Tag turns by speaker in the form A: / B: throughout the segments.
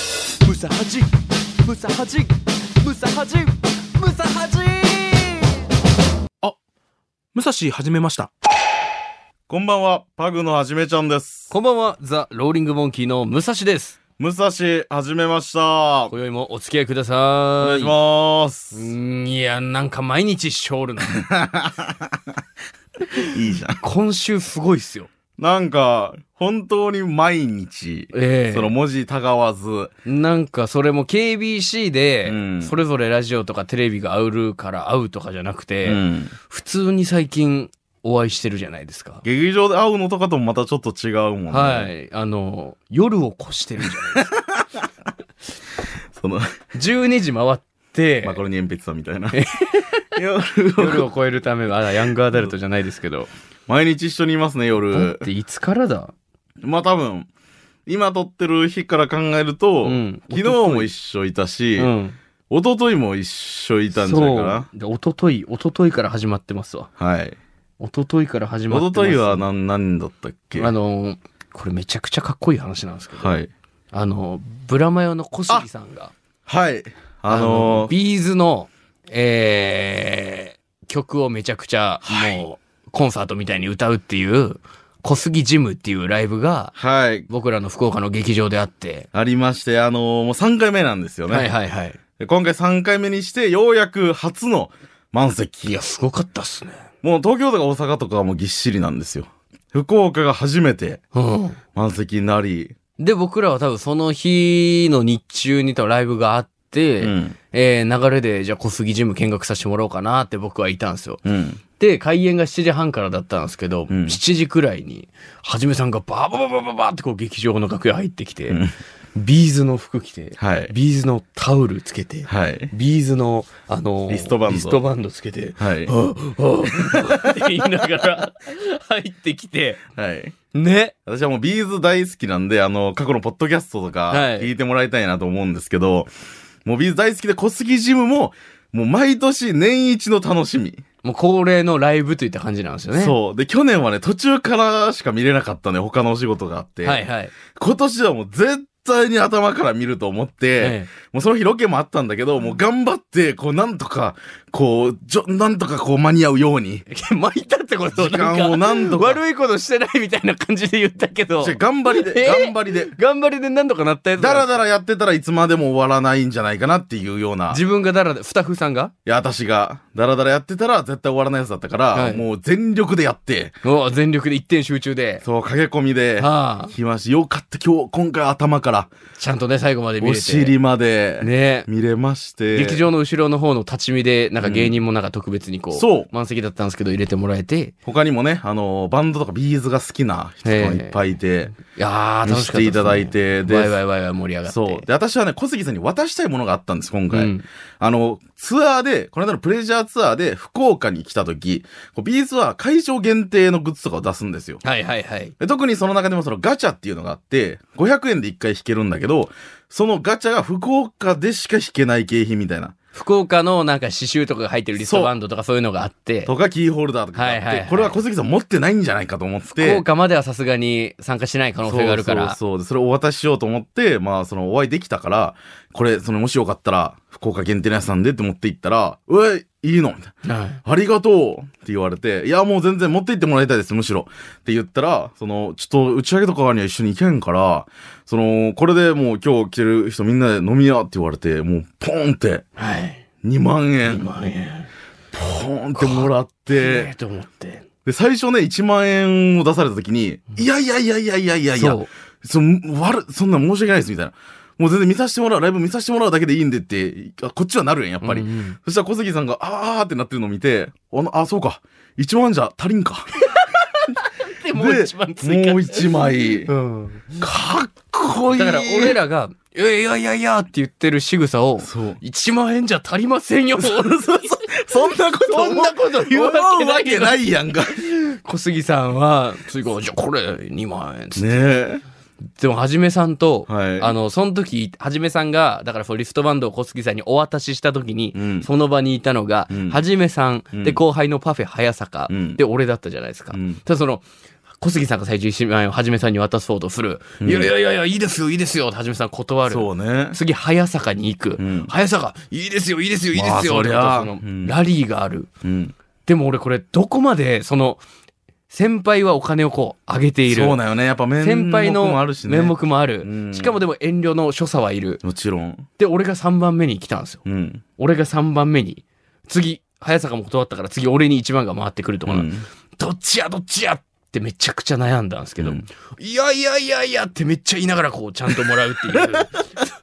A: サハジムサハジムサハジムサハジ
B: 武蔵始めました。
C: こんばんは、パグのはじめちゃんです。
D: こんばんは、ザ・ローリング・モンキーの武蔵です。
C: 武蔵、はじめました。お
D: 今宵もお付き合いください。お
C: 願いします。
D: す。いや、なんか毎日ショールな。
C: いいじゃん。
D: 今週すごいっすよ。
C: なんか、本当に毎日、
D: ええ
C: その文字たがわず、
D: なんかそれも KBC で
C: うん、
D: それぞれラジオとかテレビが合うから会うとかじゃなくて、
C: うん
D: 普通に最近お会いしてるじゃないですか。
C: 劇場で会うのとかともまたちょっと違うもんね。
D: はい。あの、夜を越してるじゃないですか。
C: その、
D: 12時回って、
C: マカロニ鉛筆さんみたいな。
D: 夜を越えるための、あら、ヤングアダルトじゃないですけど。
C: 毎日一緒にいますね、
D: だっ
C: 夜。
D: ていつからだ
C: まあ多分、今撮ってる日から考えると、
D: うん
C: 昨日も一緒いたし、
D: うん。
C: 一昨日も一緒いたんじゃないかな。
D: そう。で、おととい、おとといから始まってますわ。
C: はい。
D: おとといから始まっ
C: 一
D: てます。
C: 昨日は何、何だったっけ
D: あのー、これめちゃくちゃかっこいい話なんですけど、
C: はい。
D: あのー、ブラマヨの小杉さんが、
C: はい。あのー、
D: ビーズの、えー、曲をめちゃくちゃ、もう、コンサートみたいに歌うっていう、小杉ジムっていうライブが、
C: はい。
D: 僕らの福岡の劇場であって、
C: ありまして、あのー、もう3回目なんですよね。
D: はいはいはい。
C: で今回3回目にして、ようやく初の満
D: い
C: 席。
D: や、すごかったっすね。
C: もう東京とか大阪とかはもうぎっしりなんですよ。福岡が初めて
D: うん。
C: 満席になり、
D: で、僕らは多分その日の日中に多分ライブがあって、
C: うん。
D: えー流れで、じゃあ小杉ジム見学させてもらおうかなって僕はいたんですよ。
C: うん。
D: で、開演が7時半からだったんですけど、
C: うん
D: 7時くらいに、はじめさんがバーバーバーバーバーバーってこう劇場の楽屋入ってきて、
C: うん
D: ビーズの服着て、
C: はい
D: ビーズのタオルつけて、
C: はい。
D: ビーズの、あのー
C: リストバンド
D: リストバンドつけて、
C: はい。
D: ああああって言いながら入ってきて、
C: はい。
D: ね。
C: 私はもうビーズ大好きなんで、あの、過去のポッドキャストとか
D: はい
C: 聞いてもらいたいなと思うんですけど、もうビーズ大好きで小杉ジムも、もう毎年年一の楽しみ。
D: もう恒例のライブといった感じなんですよね。
C: そう。で、去年はね、途中からしか見れなかったね、他のお仕事があって。
D: はいはい。
C: 今年はもう絶対に頭から見ると思って、
D: ええ
C: もうその日ロケもあったんだけど、もう頑張って、こう、なんとか、こう、じょ、なんとかこう間に合うように、
D: 巻いたってこと
C: 時間をなんとか、
D: 悪いことしてないみたいな感じで言ったけど
C: 違う頑張りで、
D: え
C: 頑張りで。
D: 頑張りで何とかなったやつ
C: だらだらやってたらいつまでも終わらないんじゃないかなっていうような。い
D: 自分がだらだスタッフさんが
C: や、私が、だらだらやってたら絶対終わらないやつだったから、
D: はい
C: もう全力でやって、
D: うわ全力で一点集中で、
C: そう、駆け込みで、
D: はあ、
C: 来ました。よかった、今日、今回頭から、
D: ちゃんとね最後まで見れ
C: お
D: て
C: 尻まで、
D: ね
C: 見れまして。
D: 劇場の後ろの方の立ち見でなんか芸人もなんか特別にこう,、
C: そう
D: 満席だったんですけど入れてもらえて
C: 他にもね、あの、バンドとかビーズが好きな人が
D: ええ
C: いっぱいいて、
D: いやー楽しかったです、ね、
C: 見せていただいてで
D: わいわいわいわい盛り上がって
C: そう。で、私はね、小杉さんに渡したいものがあったんです、今
D: う
C: 回。
D: ん、
C: あの、ツアーで、この間のプレジャーツアーで福岡に来た時、こうビーズは会場限定のグッズとかを出すんですよ。
D: はいはいはい
C: で特にその中でもそのガチャっていうのがあって、500円で1回引けるんだけど、そのガチャが福岡でしか引けない景品みたいな。
D: 福岡のなんか刺繍とかが入ってるリストバンドとかそういうのがあって
C: とかキーホルダーとかがあって、
D: はいはいはい
C: これは小杉さん持ってないんじゃないかと思って。
D: 福岡まではさすがに参加しない可能性があるから
C: そうそうそうでそれをお渡ししようと思って、まあ、その、お会いできたから、これ、その、もしよかったら、福岡限定のやつなんでって持って行ったら、え、いいのみたいな。
D: はい
C: ありがとうって言われて、いや、もう全然持って行ってもらいたいです、むしろ。って言ったら、その、ちょっと打ち上げとかには一緒に行けんから、その、これでもう今日来てる人みんなで飲み屋って言われて、もう、ポンって、
D: はい。
C: 2万円、
D: 万円。
C: ポンってもらって、
D: と思って。
C: で、最初ね、1万円を出された時に、いやいやいやいやいやいやいや、
D: そう。
C: その、悪、そんなん申し訳ないです、みたいな。もう全然見させてもらう、ライブ見させてもらうだけでいいんでって、あこっちはなるやん、やっぱり。
D: うんうん
C: そしたら小杉さんが、あーってなってるのを見て、あの、あ、そうか。1万じゃ足り んか。
D: で、
C: で、もう1枚。かっこいい。
D: だから俺らが、いやいやいやいやって言ってる仕草を、
C: そう。
D: 1万円じゃ足りませんよ。そ
C: そんなこと
D: んなこと言うわけない
C: 思うわいやんか。
D: 小杉さんは、次からじゃあこれ2万円っつって。
C: ねえ。
D: でも、はじめさんと、
C: はい
D: あの、その時、はじめさんが、だからそうリストバンドを小杉さんにお渡しした時に、
C: うん
D: その場にいたのが、
C: うん
D: はじめさん、
C: うん
D: で、後輩のパフェ早坂、
C: うん
D: で、俺だったじゃないですか。
C: うん
D: ただその、小杉さんが最初1万円をはじめさんに渡そうとする。いやいやいやいや、いいですよ、いいですよ、ってはじめさん断る。
C: そうね。
D: 次、早坂に行く。
C: ん
D: 早坂、いいですよ、いいですよ、いいですよ、
C: まあそりゃ
D: ってことその
C: うん
D: ラリーがある。
C: うん。
D: でも俺これ、どこまで、その、先輩はお金をこう、上げている。
C: そうだよね。やっぱ面
D: 先輩
C: 目もあ
D: の
C: るしね。
D: 面目もある。
C: うん
D: しかもでも遠慮の所作はいる。
C: もちろん。
D: で、俺が3番目に来たんですよ。
C: うん。
D: 俺が3番目に。次、早坂も断ったから次俺に1番が回ってくるとかな、
C: うん
D: どっちやどっちやってめちゃくちゃ悩んだんですけど、
C: うん
D: いやいやいやいやってめっちゃ言いながらこうちゃんともらうって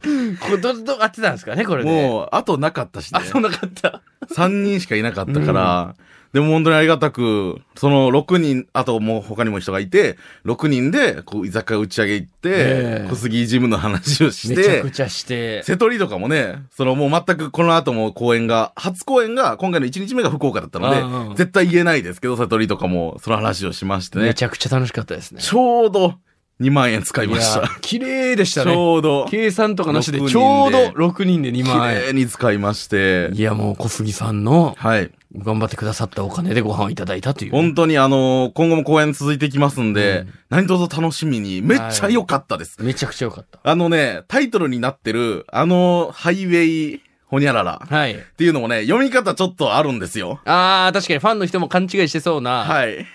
D: いう。これど、ど、合ってたんですかね、これね。
C: もう、あとなかったしね
D: あ、。そんなかった。
C: 3人しかいなかったから、でも本当にありがたく、その6人、あともう他にも人がいて、6人でこう居酒屋打ち上げ行って
D: え、
C: 小杉ジムの話をし
D: めちゃ
C: て
D: く、ちゃして。
C: 瀬戸りとかもね、そのもう全くこの後も公演が、初公演が今回の1日目が福岡だったの
D: あ
C: で、
D: あ
C: 絶対言えないですけど、瀬戸りとかもその話をしまして
D: め
C: ね、
D: ちゃくちゃ楽しかったですね。
C: ちょうど2万円使いまし
D: いや
C: た。
D: 綺麗でした
C: ち
D: ね。
C: ょうど、綺
D: 計算とかなしで
C: 六人で
D: ちょうど6人で2万円。
C: 麗に使いまして、
D: いやもう小杉さんの
C: はい。
D: 頑張ってくださったお金でご飯をいただいたという。
C: 本当にあのー今後も公演続いていきますんで、何卒楽しみに、めっちゃ良かったです。
D: めちゃくちゃ良かった。
C: あのね、タイトルになってる、あのーハイウェイ、ホニャララっ
D: はい。
C: ていうのもね、読み方ちょっとあるんですよ。
D: あー、確かにファンの人も勘違いしてそうな、
C: はい。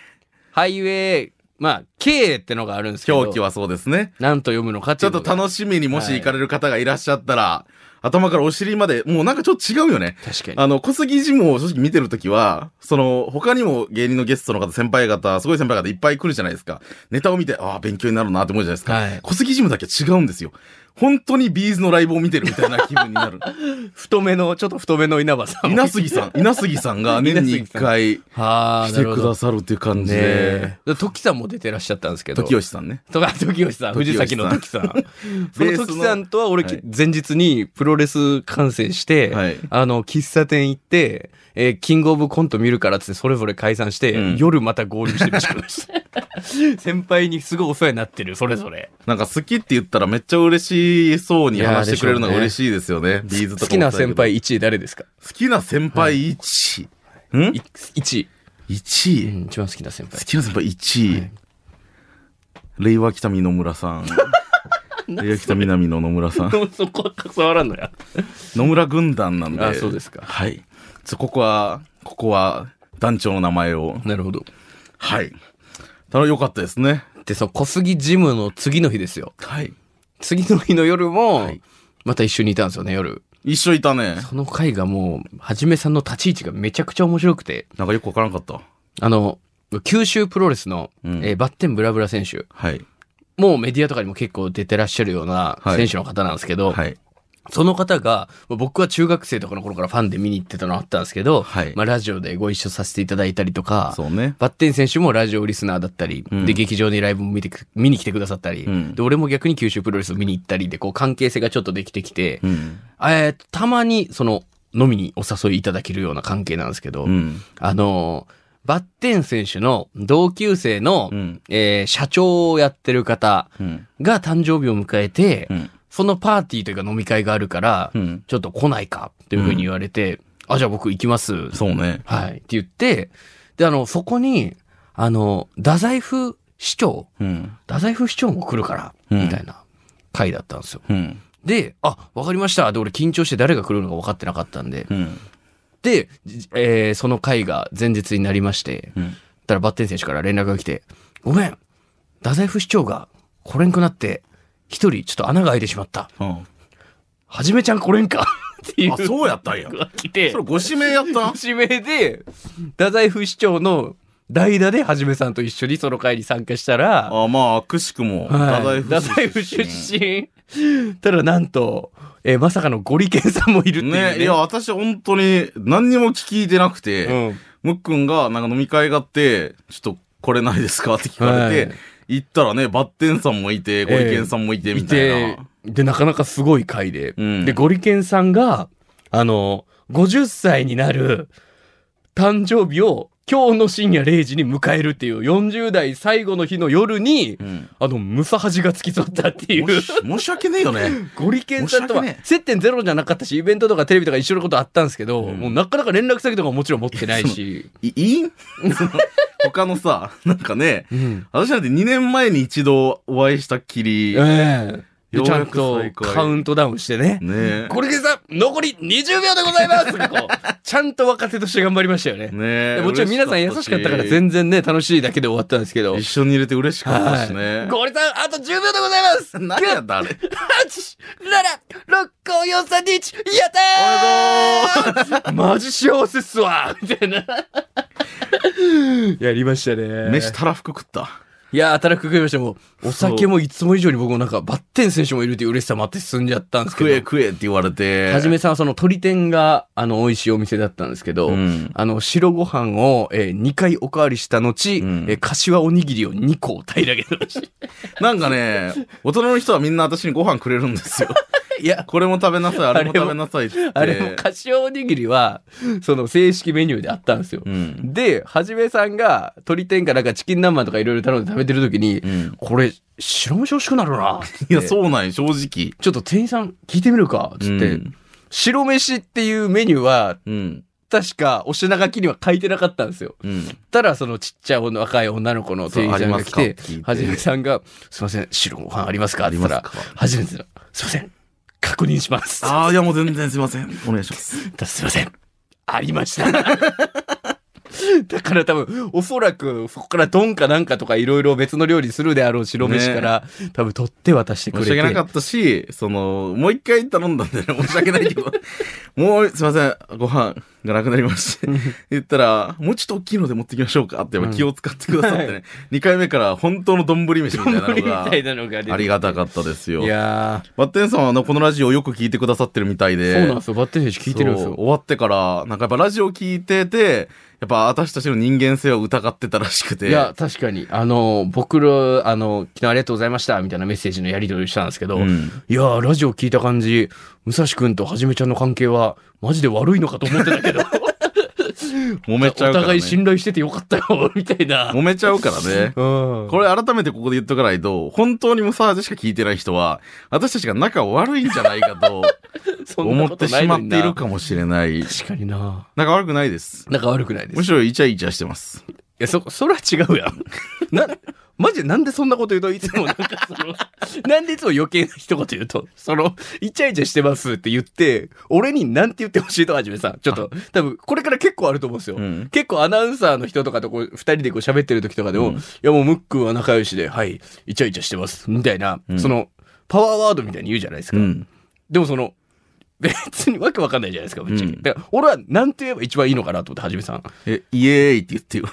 D: ハイウェイ、まあ、K ってのがあるんですけど、
C: 表記はそうですね。
D: なんと読むのかって
C: ち
D: い
C: ょっ
D: うの
C: と
D: が。
C: 楽しみにもし行かれる方がいらっしゃったら、頭からお尻まで、もうなんかちょっと違うよね。
D: 確かに。
C: あの、小杉ジムを正直見てるときは、その、他にも芸人のゲストの方、先輩方、すごい先輩方いっぱい来るじゃないですか。ネタを見て、ああ、勉強になるなって思うじゃないですか。
D: はい
C: 小杉ジムだけ違うんですよ。本当にビーズのライブを見てるみたいな気分 になる。
D: 太めの、ちょっと太めの稲葉さんも。
C: 稲杉さん、稲杉さんが年に一回
D: あー、
C: 来
D: な
C: て
D: るほ
C: く
D: ど。
C: だ
D: ね
C: さるっていう感じで
D: え。。だから時さんも出てらっしゃったんですけど。
C: 時吉さんね。
D: とか、時吉さん、藤崎の時 さん。そ
C: ベー
D: の
C: スの
D: 時さんとは俺、
C: はい
D: 前日にプロレス観戦して、
C: はい
D: あの、喫茶店行って、えーキングオブコント見るからっつってそれぞれ解散して、
C: うん
D: 夜また合流してました。 先輩にすごいお世話になってる、それぞれ。
C: なんか好きって言ったらめっちゃ嬉しそうに話してくれるのが
D: いやー
C: 嬉
D: で
C: しいですよね。ビーズと
D: 好
C: か
D: き
C: も
D: な
C: そうだけ
D: 先
C: ど。
D: 輩1位誰ですか
C: 好きな先輩1位。ん
D: い ?1 位。
C: ?1 位。
D: うん、一番好きな先
C: 好
D: 輩。
C: きな先輩1位、令和北見野 村さん令和北南の野村さん
D: でもそこは関わらんのや。
C: 野村軍団なんで
D: あそうですか
C: はいちょここはここは団長の名前を
D: なるほど。
C: はいただ良かったですね
D: で、その小杉ジムの次の日ですよ。
C: はい
D: 次の日の夜も、また一緒にいたんですよね、夜。
C: 一緒いたね
D: その回がもう、はじめさんの立ち位置がめちゃくちゃ面白くて、
C: なんかよくわからんかった
D: あの、九州プロレスの、
C: ん
D: えーバッテンブラブラ選手、
C: はい
D: もうメディアとかにも結構出てらっしゃるような
C: はい
D: 選手の方なんですけど、
C: はい
D: その方が、まあ僕は中学生とかの頃からファンで見に行ってたのあったんですけど、
C: はい
D: まあ、ラジオでご一緒させていただいたりとか、
C: そうね
D: バッテン選手もラジオリスナーだったり、
C: うん
D: で、劇場にライブも見てく見に来てくださったり、
C: ん
D: で、俺も逆に九州プロレスを見に行ったりで、こう関係性がちょっとできてきて、
C: うん
D: えーたまにその、飲みにお誘いいただけるような関係なんですけど、
C: うん
D: あのーバッテン選手の同級生の、
C: うん
D: えー社長をやってる方
C: うん
D: が誕生日を迎えて、
C: うん
D: そのパーティーというか飲み会があるから、
C: うん
D: ちょっと来ないかというふうに言われて、あ、じゃあ僕行きます。
C: そうね
D: はい。って言って、で、あの、そこに、あの、太宰府市長、
C: うん
D: 太宰府市長も来るから、
C: うん
D: みたいな会だったんですよ。
C: うん
D: で、あ、わかりました。で、俺緊張して誰が来るのか分かってなかったんで、
C: うん
D: で、じえーその会が前日になりまして、
C: ん
D: たらバッテン選手から連絡が来て、ごめん、太宰府市長が来れんくなって、一人ちょっと穴が開いてしまった。
C: うん
D: はじめちゃん来れんか っていう。
C: あそうやったんや
D: が来て
C: それ、ご指名や ったん
D: 指名で、太宰府市長の代打ではじめさんと一緒にその会に参加したら、
C: あまあくしくも
D: はい
C: 太
D: 太
C: 宰
D: 宰
C: 府
D: 府
C: 出身
D: 出身。ただなんと、えーまさかのゴリケンさんもいるっていうね。
C: ね、いや、私本当に何にも聞いてなくて、
D: うん
C: むっくんがなんか飲み会があって、ちょっとこれないですかって聞かれて、
D: はい
C: 行ったらね、バッテンさんもいて、ゴリケンさんもいて、みたいな。
D: てで、なかなかすごい回で。
C: うん
D: で、ゴリケンさんが、あの、50歳になる誕生日を今日の深夜0時に迎えるっていう40代最後の日の夜に、
C: うん
D: あの、ムサハジが付き添ったっていう。
C: もし申し訳ねえよね。
D: ゴリケンさんとは
C: 申し訳ねえ
D: 接点ゼロじゃなかったし、イベントとかテレビとか一緒のことあったんですけど、
C: ん
D: もうなかなか連絡先とかももちろん持ってないし、
C: いいい他のさ、なんかね、
D: うん。
C: 私なんて2年前に一度お会いしたっきり、
D: ええで
C: よう
D: ちゃ
C: や
D: ん
C: く
D: と
C: 再会
D: カウントダウンしてね。
C: ね
D: これでさ、残り20秒でございますがこうちゃんと若手として頑張りましたよね
C: え。。ねえ
D: もちろん皆さん優しかったから全然ね、楽しいだけで終わったんですけど。
C: 一緒に入れて嬉しかったしね。
D: ゴリさん、あと10秒でございます
C: 何やったあれ。
D: !8!7!6!5!4!3!2!1! やったーマジ幸せっすわみたいな。やりましたね。
C: 飯たらふく食った。
D: いやー、働く食いました。もう、お酒もいつも以上に僕もなんか、バッテン選手もいるっていう嬉しさもあって進んじゃったんですけ
C: 食
D: ど。
C: え食えって言われて。
D: はじめさんはその鳥天が、あの、美味しいお店だったんですけど、
C: うん
D: あの、白ご飯を、え2回おかわりした後、
C: ん
D: えー柏おにぎりを2個平らげてました。
C: なんかね、大人の人はみんな私にご飯くれるん ですよ。
D: いや、
C: これも食べなさい、あれも食べなさいって。
D: あれも、柏おにぎりは、その、正式メニューであったんですよ。
C: うん。
D: で、はじめさんが、鳥天かなんかチキン南蛮とかいろいろ頼んで食べてる時に、
C: うん
D: これ、白飯欲しくなる な。
C: いや、そうなんよ正直。
D: ちょっと店員さん聞いてみるか、つって、
C: うん
D: 白飯っていうメニューは、
C: うん。
D: 確かお品書きには書いてなかったんですよ。
C: うん。
D: たら、そのちっちゃい女若い女の子の店員さんが来
C: そうあ
D: て
C: りますかって聞いて、
D: はじめさんが、すいません、白ご飯ありますかって言った
C: あ
D: ら
C: ります、
D: はじめさんが、すいません、確認します。
C: ああ、いやもう全然すいません。お願いし ます。
D: だすいません。ありました。 だから多分、おそらく、そこから丼かなんかとかいろいろ別の料理するであろう白飯から、多分取って渡してく
C: 申
D: れ
C: し訳なか
D: て。
C: ったし、その、もう一回頼んだんで ね、申し訳ないけど、もうすいません、ご飯がなくなりまして、言ったら、もうちょっと大きいので持ってきましょうかって、やっぱ気を使ってくださって
D: は
C: ね、二2回目から本当の 丼飯みたいな
D: 無理
C: の
D: み
C: が
D: た、いなのが出て
C: ありがたかったですよ
D: い。や
C: バッテンさんはあのこのラジオをよく聞いてくださってるみたい
D: ー、
C: で。
D: そうなんですよ。バッテン選手聞いてるんです
C: そう
D: よ。
C: 終わってから、なんかやっぱラジオ聞いてて、やっぱ私たちの人間性を疑ってたらしくて。
D: いや、確かに。あの、僕ら、あの、昨日ありがとうございました、みたいなメッセージのやり取りをしたんですけど、
C: うん
D: いやー、ラジオ聞いた感じ、武蔵くんとはじめちゃんの関係は、マジで悪いのかと思ってたけ ど、
C: 揉め
D: お
C: ちゃうから、ね。
D: 互い信頼しててよかったよ、 みたいな。
C: 揉めちゃうからね。
D: うん
C: これ改めてここで言っとかないと、本当にムサージしか聞いてない人は、私たちが仲悪いんじゃないかと
D: そん
C: 思
D: な
C: っ
D: こ
C: て
D: と
C: しまっている
D: か。
C: かもしれない。
D: 確かにな。
C: 仲悪くないです。
D: なんか悪くないです。
C: むしろイチャイチャしてます。
D: いや、そ、それは違うやん。な、マジでなんでそんなこと言うと、いつもなんかその、 なんでいつも余計な一言言うと、その、イチャイチャしてますって言って、俺になんて言ってほしいと、はじめさん。ちょっと、多分、これから結構あると思うんですよ。
C: うん
D: 結構アナウンサーの人とかとこう、二人でこう喋ってる時とかでも、
C: うん
D: いやもうムックンは仲良しで、はい、イチャイチャしてます、みたいな、
C: うん
D: その、パワーワードみたいに言うじゃないですか。
C: うん。
D: でもその、別にわけわかんないじゃないですか、ぶっちゃけ。
C: うん
D: だから、俺はなんて言えば一番いいのかなと思って、はじめさん。
C: え、イエーイって 言ってよ。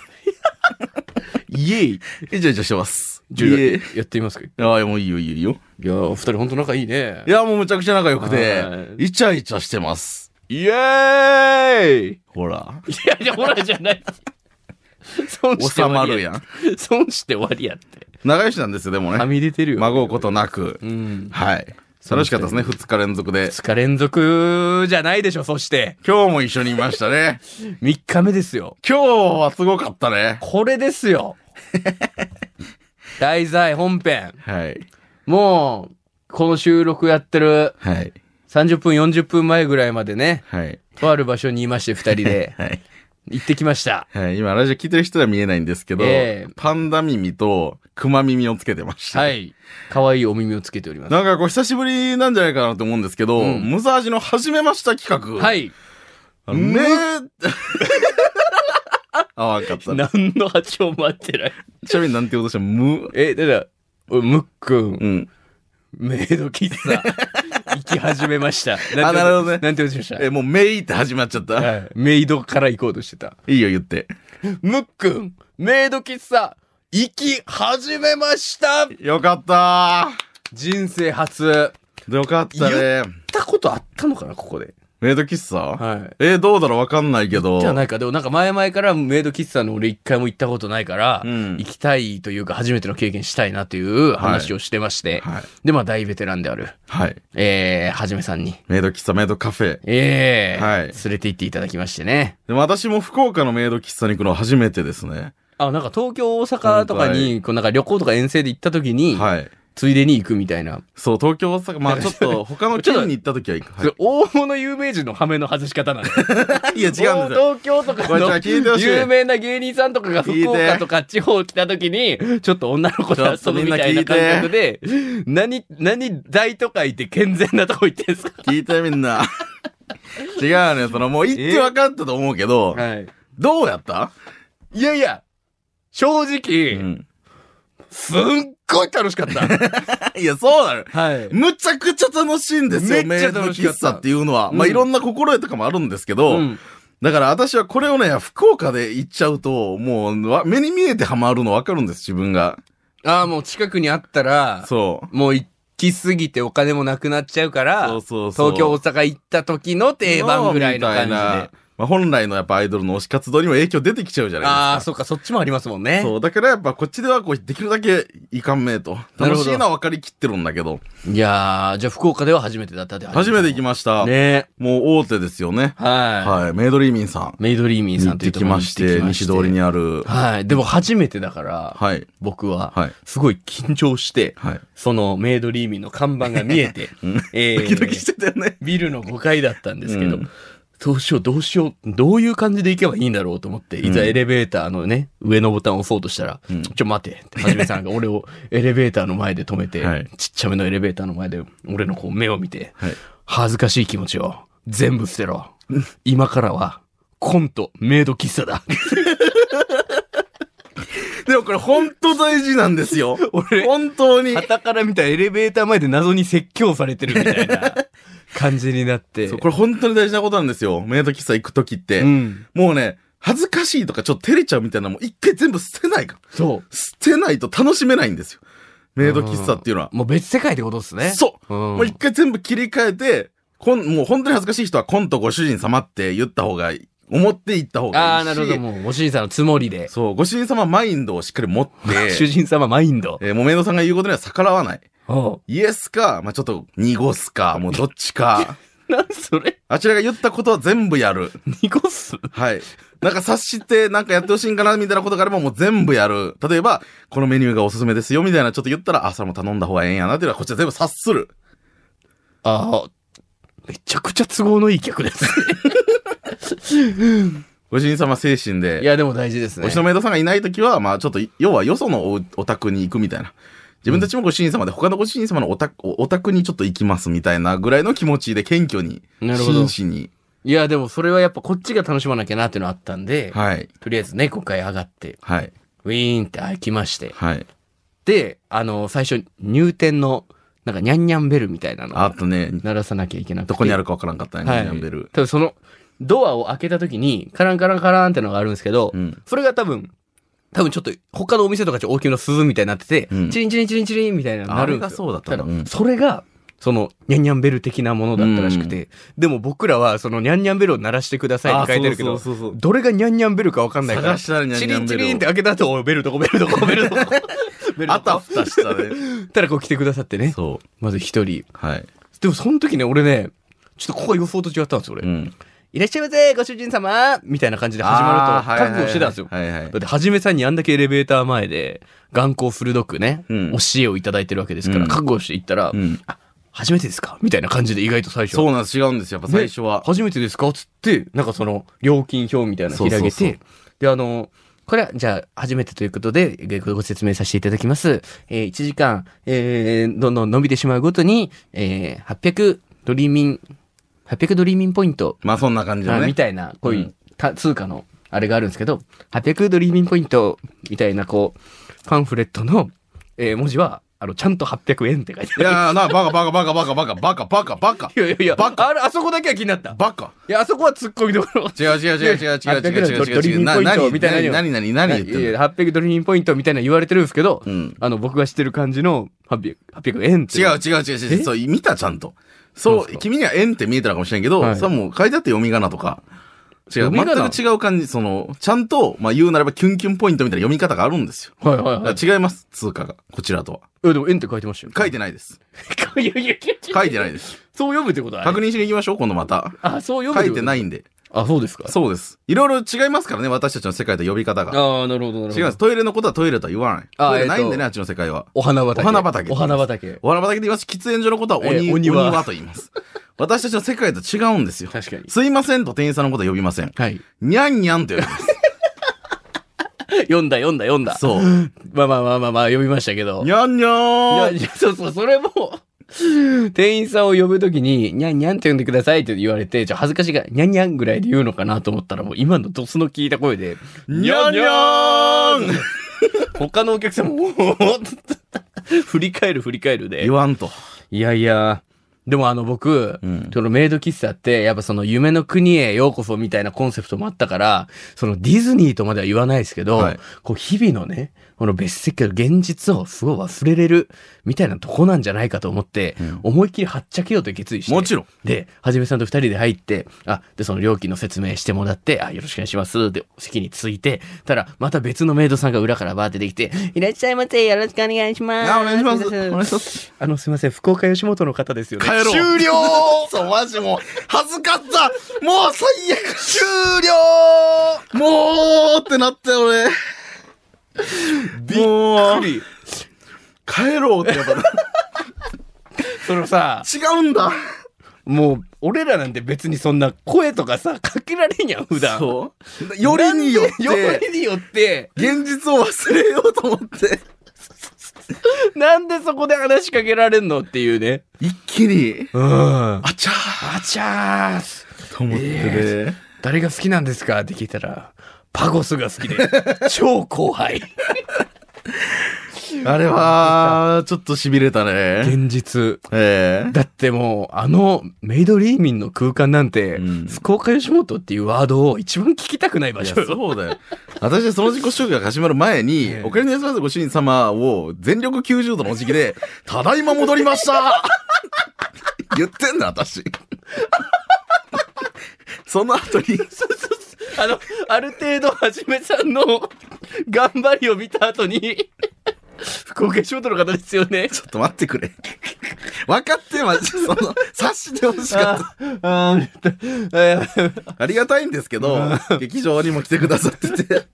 D: イエイ
C: イチャイチャしてます。イエーイ。
D: やってみますか
C: ああ、もういいよ、いいよ、いいよ。
D: いやー、お二人本当仲いいね。
C: いや、もうむちゃくちゃ仲良くて
D: は、
C: イチャイチャしてます。
D: イエーイ
C: ほら。
D: いやいや、ほらじゃない。 損して終
C: 収
D: わ
C: ま
D: り
C: る
D: や
C: やん。
D: 損して終わりやって。
C: 仲良しなんですよ、でも
D: は
C: ね。
D: み出てるよ。
C: 孫うことなく。
D: うん。
C: はい。楽しかったですね、2日連続で。
D: 2日連続じゃないでしょ、そして。
C: 今日も一緒にいましたね。
D: 3日目ですよ。
C: 今日はすごかったね。
D: これですよ。 題材本編。
C: はい。
D: もう、この収録やってる
C: はい。
D: 30分、40分前ぐらいまでね、
C: はい。
D: とある場所にいまして、2人で
C: はい。
D: 行ってきました。
C: はい。今、ラジオ聞いてる人は見えないんですけど
D: ええ、
C: パンダ耳と熊耳をつけてました。
D: はい。可愛いお耳をつけております。
C: なんかこう久しぶりなんじゃないかなと思うんですけど、
D: うん
C: ムサージの始めました企画。。
D: はいい。
C: ね あ、わかった。
D: 何の波長も合ってない。
C: ちなみになんて言おうとしたむ、
D: え、だから、おムックン、
C: うん。
D: メイド喫茶、行き始めました。
C: あなるほどね
D: なんて言うんでしょ
C: え、もうメイって始まっちゃった。
D: はい、メイドから行こうとしてた。
C: い、いよ、言って。
D: ムックン、メイド喫茶、行き始めました
C: よかった
D: 人生初。
C: ーよかったね。
D: 行ったことあったのかな、ここで。
C: メイド喫茶、
D: はい。
C: えーどうだろうわかんないけど。
D: じゃないか。でもなんか前々からメイド喫茶の俺一回も行ったことないから、
C: うん
D: 行きたいというか初めての経験したいなという話をしてまして、
C: はいはい
D: で、まあ大ベテランである、
C: はい。
D: えー、はじめさんに
C: メイド喫茶、メイドカフェ。
D: ええ
C: はい
D: 連れて行っていただきましてね。
C: でも私も福岡のメイド喫茶に行くのは初めてですね。
D: あ、なんか東京、大阪とか
C: 今
D: に、こうなんか旅行とか遠征で行った時に、
C: はい。
D: ついでに行くみたいな。
C: そう、東京、大阪、まあちょっ と、他の県に行った時はいいか。
D: それ大物有名人のハメの外し方なのよ。
C: はい、い や、違うんですよ。
D: 東京とか
C: これじゃあ聞いてほ
D: の
C: しい
D: 有名な芸人さんとかが福
C: 聞い
D: 岡
C: て
D: とか地方来た時に、ちょっと女の子と遊ぶみたいな感覚で、何、何大都会って健全なとこ行ってんすか
C: 聞いてみん な。違うね、その、もう行って分かったと思うけど、
D: はい。
C: どうやった
D: いやいや、正直、
C: うん。
D: すっごい楽しか った。
C: いや、そうなる。
D: はい。
C: むちゃくちゃ楽しいんですよ、
D: め
C: メ
D: っち
C: ー
D: ゃ
C: ルの
D: 楽しかった
C: 喫茶っていうのは。まあ、
D: うん
C: いろんな心得とかもあるんですけど、
D: うん
C: だから私はこれをね、福岡で行っちゃうと、もうわ、目に見えてハマるの分かるんです、自分が。
D: ああ、もう近くにあったら、
C: そう。
D: もう行きすぎてお金もなくなっちゃうから、
C: そうそうそう
D: 東京、大阪行った時の定番ぐらいの感じ
C: みたい
D: で
C: な。まあ、本来のやっぱアイドルの推し活動にも影響出てきちゃうじゃないですか
D: あ。あ、そっか、そっちもありますもんね。
C: そう、だからやっぱこっちではこう、できるだけいかんめえと。
D: なる
C: 楽
D: ほど
C: しいのは分かりきってるんだけど。
D: いやー、じゃあ福岡では初めてだったって
C: 初めて行き
D: ま
C: ました。
D: ね
C: もう大手ですよね。
D: はい、
C: はい。メイドリーミンさん。
D: メイドリーミン
C: 行
D: さ
C: っ
D: んとい
C: て
D: うと
C: き
D: ころ
C: まして、西通りに
D: あ
C: ある。
D: はい。でも初めてだから、
C: はい。
D: 僕は、
C: はい
D: すごい緊張して、
C: はい。
D: そのメイドリーミンの看板が見え て、えー
C: ドキドキしてたよね。
D: ビルの5階だったんですけど、
C: うん
D: どうしよう、どうしよう、どういう感じで行けばいいんだろうと思って、いざエレベーターのね、上のボタンを押そうとしたら、ちょ、待てって、はじめ さんが俺をエレベーターの前で止めて、
C: はい
D: ちっちゃめのエレベーターの前で、俺のこう目を見て、
C: はい
D: 恥ずかしい気持ちを全部捨てろ。今からは、コント、メイド喫茶だ。
C: でもこれ本当大事なんですよ。
D: 俺
C: 本当に。
D: 旗から見たエレベーター前で謎に説教されてるみたいな 感じになって。
C: そうこれ本当に大事なことなんですよ。メイド喫茶行くときって。
D: うん。
C: もうね、恥ずかしいとかちょっと照れちゃうみたいなのも一回全部捨てないか。
D: そう。
C: 捨てないと楽しめないんですよ。メイド喫茶っていうのは。
D: もう別世界ってことですね。
C: そう。
D: うん
C: もう一回全部切り替えて、こん、もう本当に恥ずかしい人はコントご主人様って言った方がいい。思って言った方がいいし。
D: ああ、なるほど。もう、おしんさんのつもりで。
C: そう、ご主人様マインドをしっかり持っ
D: 主
C: て、
D: 人様マインド。
C: えー、もうメイドさんが言うことには逆らわない。
D: お
C: イエスか、まあ、ちょっと濁すか、もうどっ ちか。
D: うなんそれ
C: あちらが言ったことは全部やる。
D: 濁す
C: はい。なんか察して、なんかやってほしいんかな、みたいなことがあればもう全部やる。例えば、このメニューがおすすめですよ、みたいなちょっと言ったら、あ、それも頼んだ方がええんやな、っていうのはこっちは全部察する。
D: ああ、めちゃくちゃ都合のいい客ですね。
C: ご主人様精神で。
D: いや、でも大事ですね
C: おし。のメイドさんがいないときは、まあちょっと、要はよそのおお宅に行くみたいな。自分たちもご主人様で、他のご主人様のお宅、おお宅にちょっと行きますみたいなぐらいの気持ちで謙虚に、真
D: なるほど
C: 摯に。
D: いや、でもそれはやっぱこっちが楽しまなきゃなっていうのあったんで、
C: はい。
D: とりあえずね、5回上がって、
C: はい。
D: ウィーンって開きまして。
C: はい。
D: で、あの、最初、入店の、なんか、ニャンニャンベルみたいなの
C: あとね、
D: 鳴らさなきゃいけなくて。
C: どこにあるかわからんかったね、
D: はい。
C: ニャンベル。
D: 多分その、ドアを開けた時に、カランカランカランってのがあるんですけど、
C: うん
D: それが多分、多分ちょっと、他のお店とかちょっと大きめの鈴みたいになってて、
C: うん
D: チリンチリンチリンチリンみたいなのなるんですよ。
C: あれがそうだったんだうん
D: それが、その、ニャンニャンベル的なものだったらしくて、でも僕らは、その、ニャンニャンベルを鳴らしてくださいって書いてるけ
C: あ
D: ど
C: そうそうそう、そう
D: どれがニャンニャンベルかわかんないから、
C: 探したらニャンニャンベル
D: チ
C: を
D: リンチリンって開けた後、おいベルどこベルどこベルどこ。ベルどこ
C: あたふたしたね。
D: たらこう来てくださってね。
C: そう。
D: まず一人。
C: はい。
D: でもその時ね、俺ね、ちょっとここが予想と違ったんですよ、俺。
C: うん。
D: いらっしゃいませ、ご主人様みたいな感じで始ま
C: あ
D: る
C: ー
D: と
C: はい
D: 覚悟してたんですよ。
C: はいはいはい
D: だって、はじめさんにあんだけエレベーター前で、眼光鋭くね、
C: うん
D: 教えをいただいてるわけですから、
C: うん
D: 覚悟していったら、
C: うん
D: あ、初めてですかみたいな感じで意外と最初。
C: そうなんです。違うんですよ。やっぱ最初は
D: で。初めてですかつって、なんかその、料金表みたいなの開けて、
C: そうそうそう
D: で、あの、これは、じゃあ、初めてということで、えごご説明させていただきます。えー1時間、えーどんどん伸びてしまうごとに、えー800ドリーミン、800ドリーミンポイント
C: まあそんな感じだ
D: あ
C: ね。
D: みたいな、こういううんた通貨のあれがあるんですけど、800ドリーミンポイントみたいな、こう、パンフレットの、えー文字は、あの、ちゃんと800円って書いてあ
C: いやーな、バカバカバカバカバカバカバカバカ
D: る。いやいやいや、
C: バカ
D: あれ、あそこだけは気になった。
C: バカ
D: いや、あそこは突っ込みどころ。
C: 違う違う違う違う違う違う違う違う違う
D: ドリーミンポイントみたいなのよ
C: 何何何何言って
D: いやい
C: んの
D: や800ドリーミンポイントみたいなの言われてるんですけど、
C: うん
D: あの、僕が知ってる感じの800、800円って。
C: 違う違う違う違う。そう、見たちゃんと。そ
D: そう
C: う
D: そ、う
C: 君には円って見えてるかもしれんけど、
D: はい
C: それはもう書いてあって読み仮名とか。違う、
D: 読み仮名
C: 全く違う感じ、その、ちゃんと、まあ言うならばキュンキュンポイントみたいな読み方があるんですよ。
D: はいはいはい。
C: だから違います、通貨が。こちらとは。
D: いやでも円って書いてましたよ。
C: 書いてないです。
D: いやいやいやいや
C: 書いてないです。
D: そう読むってことは、
C: 確認しに行きましょう、今度また。
D: あ、そう読む
C: 書
D: って
C: い
D: こと
C: てないんで。
D: あ、そうですか。
C: そうです。いろいろ違いますからね、私たちの世界と呼び方が。
D: ああ、なるほど、なるほ
C: 違
D: ど。
C: うんです。トイレのことはトイレとは言わない。
D: あー
C: トイレないん
D: え
C: でね、
D: っと
C: あっちの世界は。
D: お花畑。
C: お花畑
D: お花畑。
C: お花畑で言いますし、喫煙所のことはおに
D: えーお
C: お
D: 庭
C: 庭と言 います。私たちの世界と違うんですよ。
D: 確かに。
C: すいませんと店員さんのことは呼びません。
D: はい。
C: にゃんにゃんって呼びます。
D: 読んだ、読んだ、読んだ。
C: そう。
D: まあまあまあまあまあ、読みましたけど。
C: にゃんにゃ
D: いや
C: ーん
D: いや、そうそう、それも、店員さんを呼ぶときに、にゃんにゃんって呼んでくださいって言われて、ちょ恥ずかしいから、にゃんにゃんぐらいで言うのかなと思ったら、もう今のドスの効いた声で、
C: にゃんにゃーん
D: 他のお客さんも、おーっと 振り返る振り返るで
C: 言。わんと。
D: いやいや、でもあの僕、
C: うん
D: そのメイド喫茶って、やっぱその夢の国へようこそみたいなコンセプトもあったから、そのディズニーとまでは言わないですけど、
C: はい
D: こう日々のね、この別席の現実をすごい忘れれるみたいなとこなんじゃないかと思って、思いっきりはっちゃけようと決意して。
C: もちろん。
D: で、はじめさんと二人で入って、あ、で、その料金の説明してもらって、あ、よろしくお願いします。で、席に着いて、たら、また別のメイドさんが裏からバーってできて、いらっしゃいませ。よろしくお願いします。
C: あお願いしますお願いします。
D: あの、すいません。福岡吉本の方ですよね。
C: 帰ろう。
D: 終
C: 了そう、マジもう、恥ずかったもう最悪終了もうってなった俺。も
D: 了
C: う帰ろうってやっぱ、
D: そのさ、
C: 違うんだ
D: もう、俺らなんて別にそんな声とかさ、かけられんやん、普段。
C: そう。よりによっ
D: よ
C: て、
D: りによって、
C: 現実を忘れようと思って、
D: なんでそこで話しかけられんのっていうね。
C: 一気に、
D: うん。
C: あちゃー
D: あちゃー
C: と思ってね。
D: 誰が好きなんですかって聞いたら、パゴスが好きで、 超後輩。
C: あれは、ちょっと痺れたね。
D: 現実。
C: ええ
D: だってもう、あの、メイドリーミンの空間なんて、
C: うん
D: 福岡吉本っていうワードを一番聞きたくない場
C: いや
D: 所よ。
C: そうだよ。私はその自己紹介が始まる前に、
D: ええ
C: おかえりなさいませご主人様を全力90度のお辞儀で、ただいま戻りました言ってんだ、私。その後に、
D: あの、ある程度、はじめさんの頑張りを見た後に、福岡吉本の方ですよね。
C: ちょっと待ってくれ。分かって、マジでその、察してほしかった。
D: あー
C: ありがたいんですけど、劇場にも来てくださってて、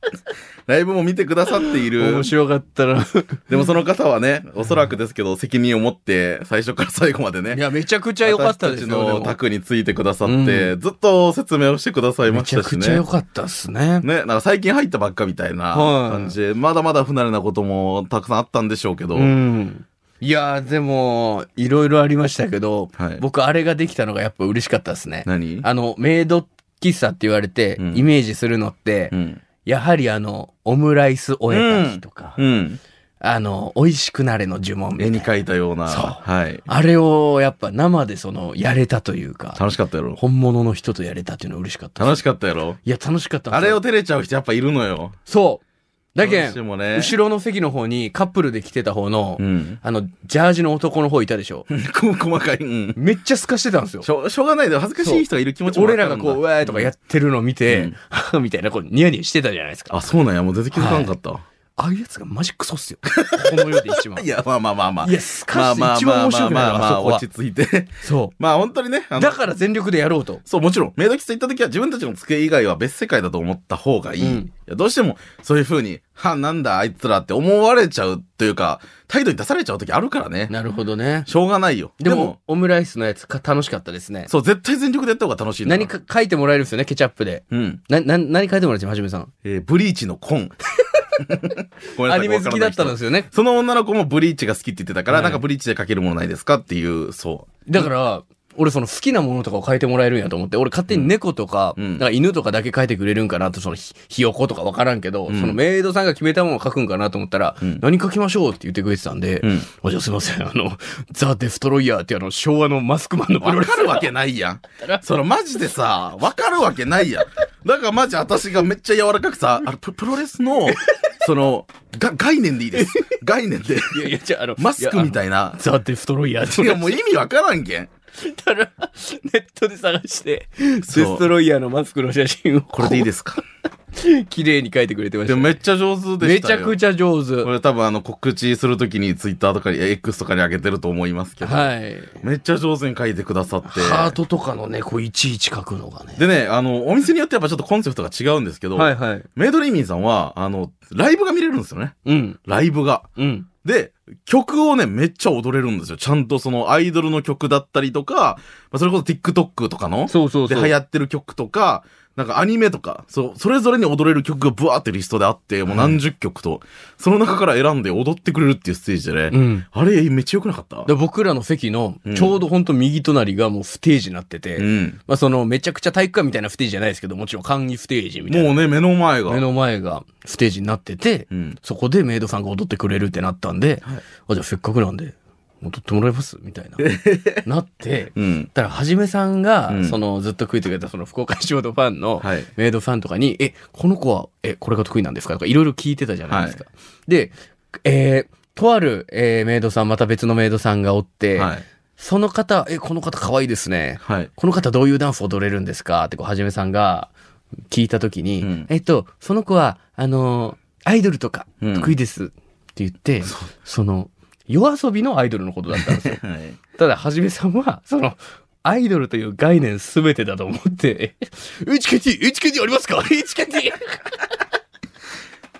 C: ライブも見てくださっている。
D: 面白かったな。
C: でもその方はね、おそらくですけど、責任を持って、最初から最後までね。
D: いや、めちゃくちゃ良かったです
C: 私たちの
D: よ。でも
C: 宅についてくださって、ずっと説明をしてください
D: め
C: まし
D: ちゃ
C: た
D: く
C: し
D: ちゃ
C: ね
D: 良。かったっすね。
C: ね、なんか最近入ったばっかみたいな
D: はい
C: 感じで、まだまだ不慣れなこともたくさんあったんでしょうけど、
D: うん。いやーでも、いろいろありましたけど、
C: はい
D: 僕あれができたのがやっぱ嬉しかったですね。
C: 何
D: あの、メイド喫茶って言われて、
C: うん
D: イメージするのって、
C: うん。
D: やはりあの、オムライスお絵描きとか、
C: うん。
D: あの、美味しくなれの呪文みた
C: 絵
D: いな
C: に描いたような、
D: そう
C: はい。
D: あれをやっぱ生でその、やれたというか、
C: 楽しかったやろ。
D: 本物の人とやれたっていうのは嬉しかった。
C: 楽しかったやろ。
D: いや、楽しかったん
C: あ
D: です
C: れ
D: よ
C: を照れちゃう人やっぱいるのよ。
D: そう。だけ
C: どうして
D: ん、
C: もね。
D: 後ろの席の方にカップルで来てた方の、
C: うん。
D: あの、ジャージの男の方いたでしょ。
C: こ細かい。うん。
D: めっちゃ透かしてたんですよ
C: し。ょしょうがないで恥ずかしい人がいる気持ちも
D: 俺らがこう、うわーとかや
C: っ
D: ってるのを見
C: う
D: て
C: ん、
D: みたいな、こう、ニヤニヤしてたじゃないですか。
C: あ、そうなんや。もう全然気づかなかった。
D: ああいうやつがマジクソっすよ。この世で一番。
C: い、や、まあまあまあまあ。
D: いやすかして一番面白くないわ
C: まあまあまあまあまあ
D: あそこは
C: 落ち着いて。
D: そ
C: まあ本当にね。あ
D: う。
C: の
D: だから全力でやろうと。
C: そう、もちろん、メイド喫茶行った時は自分たちの机以外は別世界だと思った方がいい。
D: うん
C: いやどうしても、そういう風に、は、なんだあいつらって思われちゃうというか、態度に出されちゃう時あるからね。
D: なるほどね。
C: しょうがないよ。
D: でも、オムライスのやつか楽しかったですね。
C: そう、絶対全力でやった方が楽しいんだ
D: 何。か書いてもらえるんですよね、ケチャップで。
C: うん。
D: な、な、何書いてもらえてはじめさん。
C: えーブリーチのコン。ごめんな
D: ア
C: さい
D: ニメ好きだったんで
C: わからない人
D: すよね。
C: その女の子もブリーチが好きって言ってたから、
D: はい
C: なんかブリーチで描けるものないですかっていう、そ
D: だから、俺その好きなものとかを書いてもらえるんやと思って、俺勝手に猫とか、
C: うん
D: なんか犬とかだけ書いてくれるんかなと、そのひひよことかわからんけど、
C: うん
D: そのメイドさんが決めたものを書くんかなと思ったら、
C: うん
D: 何書きましょうって言ってくれてたんで、
C: う。うん。
D: あじゃあすいません、あの、ザ・デストロイヤーっていうあの昭和のマスクマンのプロ
C: わ
D: レス
C: かるわけないやん。それマジでさ、わかるわけないやん。だからマジ私がめっちゃ柔らかくさ、あれププロレスの、その、が概念でいいです。概念で。
D: いやいや、じゃああの、
C: マスクみた
D: い
C: いな
D: や。。あのザ・デストロイヤーって
C: い
D: 言
C: やもう意味わからんけん。
D: ったら、ネットで探して、デ
C: そう
D: ストロイヤーのマスクの写真を。
C: これでいいですか
D: 綺麗に書いてくれてまし
C: で
D: た
C: もめっちゃ上手で
D: め
C: した
D: ち
C: よ
D: ゃくちゃ上手
C: これ多分あの告知するときにツイッターとかにいや X とかに上げてると思いますけど、
D: はい
C: めっちゃ上手に書いてくださって
D: ハートとかのねこういちいち書くのがね
C: でねあのお店によってやっぱちょっとコンセプトが違うんですけど、
D: はいはい
C: メイドリーミンさんはあのライブが見れるんですよね
D: うん
C: ライブが
D: うん
C: で曲をねめっちゃ踊れるんですよちゃんとそのアイドルの曲だったりとか、まあ、それこそ TikTok とかの
D: そうそう
C: で
D: そう
C: 流行ってる曲とか、なんかアニメとか、そう、それぞれに踊れる曲がブワーってリストであって、もう何十曲と、その中から選んで踊ってくれるっていうステージでね、
D: うん
C: あれめっちゃ良くなかった
D: で僕らの席の
C: うん
D: ちょうどほんと右隣がもうステージになってて、
C: うん。
D: まあそのめちゃくちゃ体育館みたいなステージじゃないですけどもちろん簡易ステージみたい
C: もうね、目の前が。
D: な目の前がステージになってて、
C: うん。
D: そこでメイドさんが踊ってくれるってなったんで、あじゃあせっかくなんで踊ってもらえますみた いななって
C: うん。
D: だからはじめさんが、
C: うん
D: そのずっと食いてくれたその福岡仕事ファンの
C: はい
D: メイドさんとかに、えこの子はえこれが得意なんですかとかいろいろ聞いてたじゃないですか。で、えーとある、えーメイドさんまた別のメイドさんがおって、
C: はい。
D: その方えこの方可愛いですね
C: はい。
D: この方どういうダンス踊れるんですかってこうはじめさんが聞いた時に、
C: うん
D: えっとその子はあのアイドルとか
C: うん
D: 得意ですって言って、その夜遊びのアイドルのことだったん ですよ。
C: はい。
D: ただはじめさんはそのアイドルという概念すべてだと思って 「HKT!HKT ありますか ?HKT!」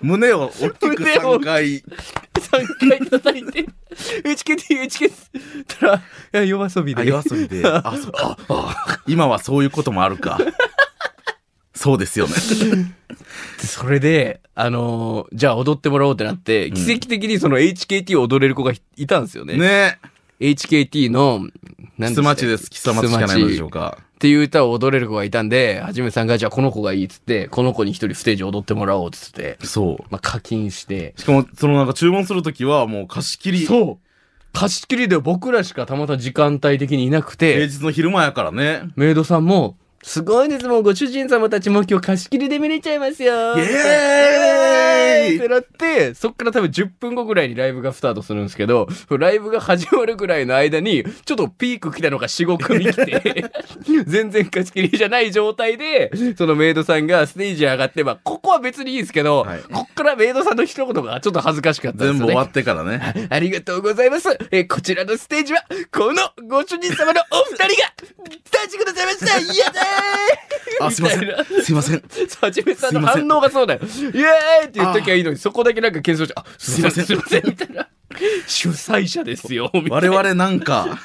C: 胸を大きく
D: 胸を
C: 3回。
D: 3回叩 いて「HKT!HKT!」たら「いや夜遊びで」
C: あ、夜遊 びで。あ、そっか。今はそういうこともあるか。そうですよね。
D: それで、あのーじゃあ踊ってもらおうってなって、奇跡的にその HKT を踊れる子がいたんですよね。
C: ね
D: HKT の、何
C: キスマチです。貴様しかないのでしょう
D: か。
C: か。
D: っていう歌を踊れる子がいたんで、はじめさんが、じゃあこの子がいいっつって、この子に一人ステージ踊ってもらおうっつって、
C: そう。
D: まあ課金して。
C: しかも、そのなんか注文するときはもう貸し切り。
D: そう貸し切りで僕らしかたまたま時間帯的にいなく
C: 平
D: て、
C: 日の昼間やからね。
D: メイドさんも、すごいですもん、ご主人様たちも今日貸し切りで見れちゃいますよ
C: イ
D: って
C: エーイ
D: なって、そっから多分10分後ぐらいにライブがスタートするんですけど、ライブが始まるぐらいの間に、ちょっとピーク来たのが4、5組来 て、全然貸し切りじゃない状態で、そのメイドさんがステージ上がって、まあ、ここは別にいいですけど、
C: はい
D: こっからメイドさんの一言がちょっと恥ずかしかったですね。
C: 全部終わってからね。
D: ありがとうございます。えーこちらのステージは、このご主人様のお二人 が、立ちくださいましたイエーイ
C: あ、すいませ
D: みた
C: ん。すいません。
D: はじめさんの
C: すいませ
D: 反
C: ん
D: 応がそうだよ。イエーイって言っときゃいいのに、そこだけなんか謙遜して、あ、すいません、す
C: す
D: い
C: い
D: ま
C: ま
D: せん、みたいな。主催者です よ、みたい
C: 我
D: な。
C: 々なんか、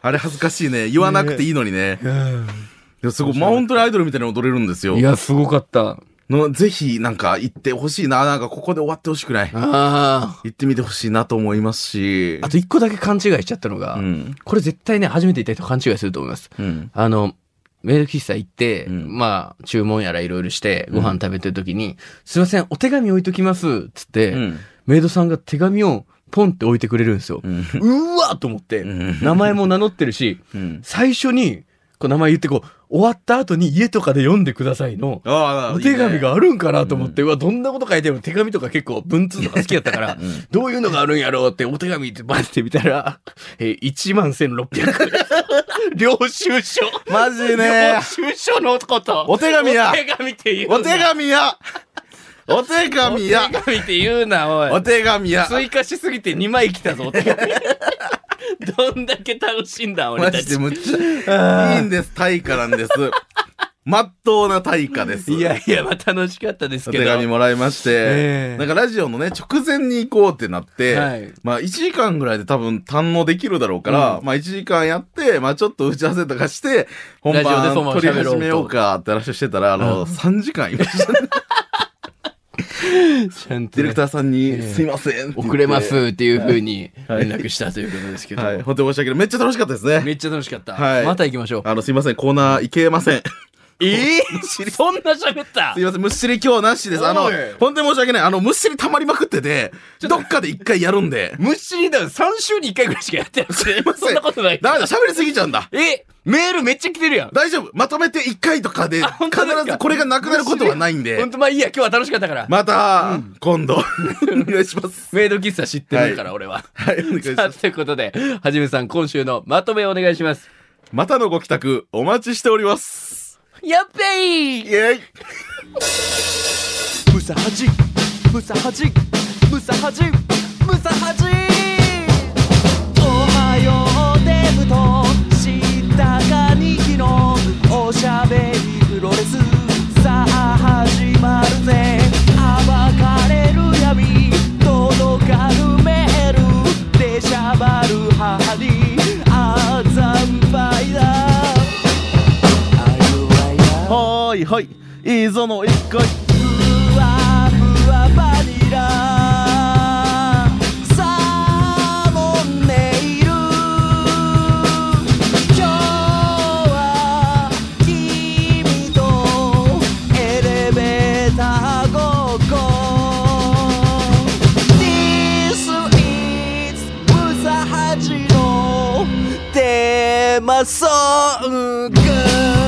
C: あれ恥ずかしいね。言わなくていいのにね。いやすごい、まあ、本当にアイドルみたいに踊れるんですよ
D: い。や、すごかった。
C: のぜひ、なんか行ってほしいな。なんかここで終わってほしくない。
D: あ
C: 行ってみてほしいなと思いますし
D: あ。。と一個だけ勘違いしちゃったのが、
C: うん。
D: これ絶対ね、初めて行った人勘違いすると思います。
C: うん。
D: あの、メール喫茶行って、
C: うん
D: まあ、注文やらいろいろして、ご飯食べてる時に、すいません、お手紙置いときます、つって、
C: うん。
D: メイドさんが手紙をポンって置いてくれるんですよ。う
C: うん
D: ーわーと思って、
C: うん
D: 名前も名乗ってるし、
C: うん。
D: 最初に、こう名前言ってこう、終わった後に家とかで読んでくださいの、
C: ああ、
D: お手紙
C: いいね。
D: があるんかなと思って、うわ、どんなこと書いてあるの手紙とか結構文通とか好きやった から、どういうのがあるんやろうってお手紙ってバってみたら、 えー、1万1600 領収書。
C: マジね
D: 領。収書のこと。
C: お手紙や
D: お手紙って言うな。
C: お手紙やお手紙や
D: お手紙って言うな、おい。
C: お手紙や
D: 追加しすぎて2枚来たぞ、お手紙。 どんだけ楽しんだ、俺
C: マ
D: た
C: ジで
D: ち。
C: むっちゃいいんです。対価なんです。まっとうな対価です。
D: いやいや、まあ楽しかったです
C: お
D: け
C: 手
D: ど。
C: 紙もらいまして、
D: ええ
C: なんかラジオのね、直前に行こうってなって、
D: はい
C: まあ1時間ぐらいで多分堪能できるだろうから、まあ1時間やって、まあちょっと打ち合わせとかして、本
D: ラジオで
C: 番
D: そのまま
C: 撮り始めようかって話をしてたら、あの、3時間いましたね。
D: ちゃんとね
C: ディレクターさんに、
D: え
C: すいませんって言って
D: 遅れま。すっていうふうに連絡したということですけど、
C: はい、本当に申し訳ない。めっちゃ楽しかったですね。
D: めっちゃ楽しかった、
C: はい
D: また行きましょう
C: あの、すいません、コーナー行けません。
D: えー、そんな喋った
C: すいません、むっしり今日なしです。あの
D: おい、。
C: 本当に申し訳ない。あの、むっしり溜まりまくってて、どっかで一回やるんで
D: むっしりだよ3週に1回ぐらいしかやってなくて
C: ま せん
D: そんなことない
C: ダメだ、喋りすぎちゃうんだ。
D: えメールめっちゃ来てるやん
C: 大丈夫。まとめて一回とかで、
D: 本
C: 必
D: 当ですか
C: ずこれがなくなることはないんで
D: 本、当まあいいや今日は楽しかったから、
C: また、今度、 お願いします。
D: メイド喫茶知ってるから、俺は
C: はい、お願いし
D: さあ
C: ます。
D: ということではじめさん今週のまとめお願いします
C: またのご帰宅、お待ちしております。
E: やっべー
C: イエイ
D: ムサハジムサハジムサハジムサハジおはようデブとしたかにきのおしゃべりプロレスさあ始まるぜ暴かれる闇届かぬメールでしゃばる母にあざんぱいだ
C: はーいはいいいぞの一回
D: ふわふわバニラサーモンネイル今日は君とエレベーターごっこ This is ムサハジのテーマソング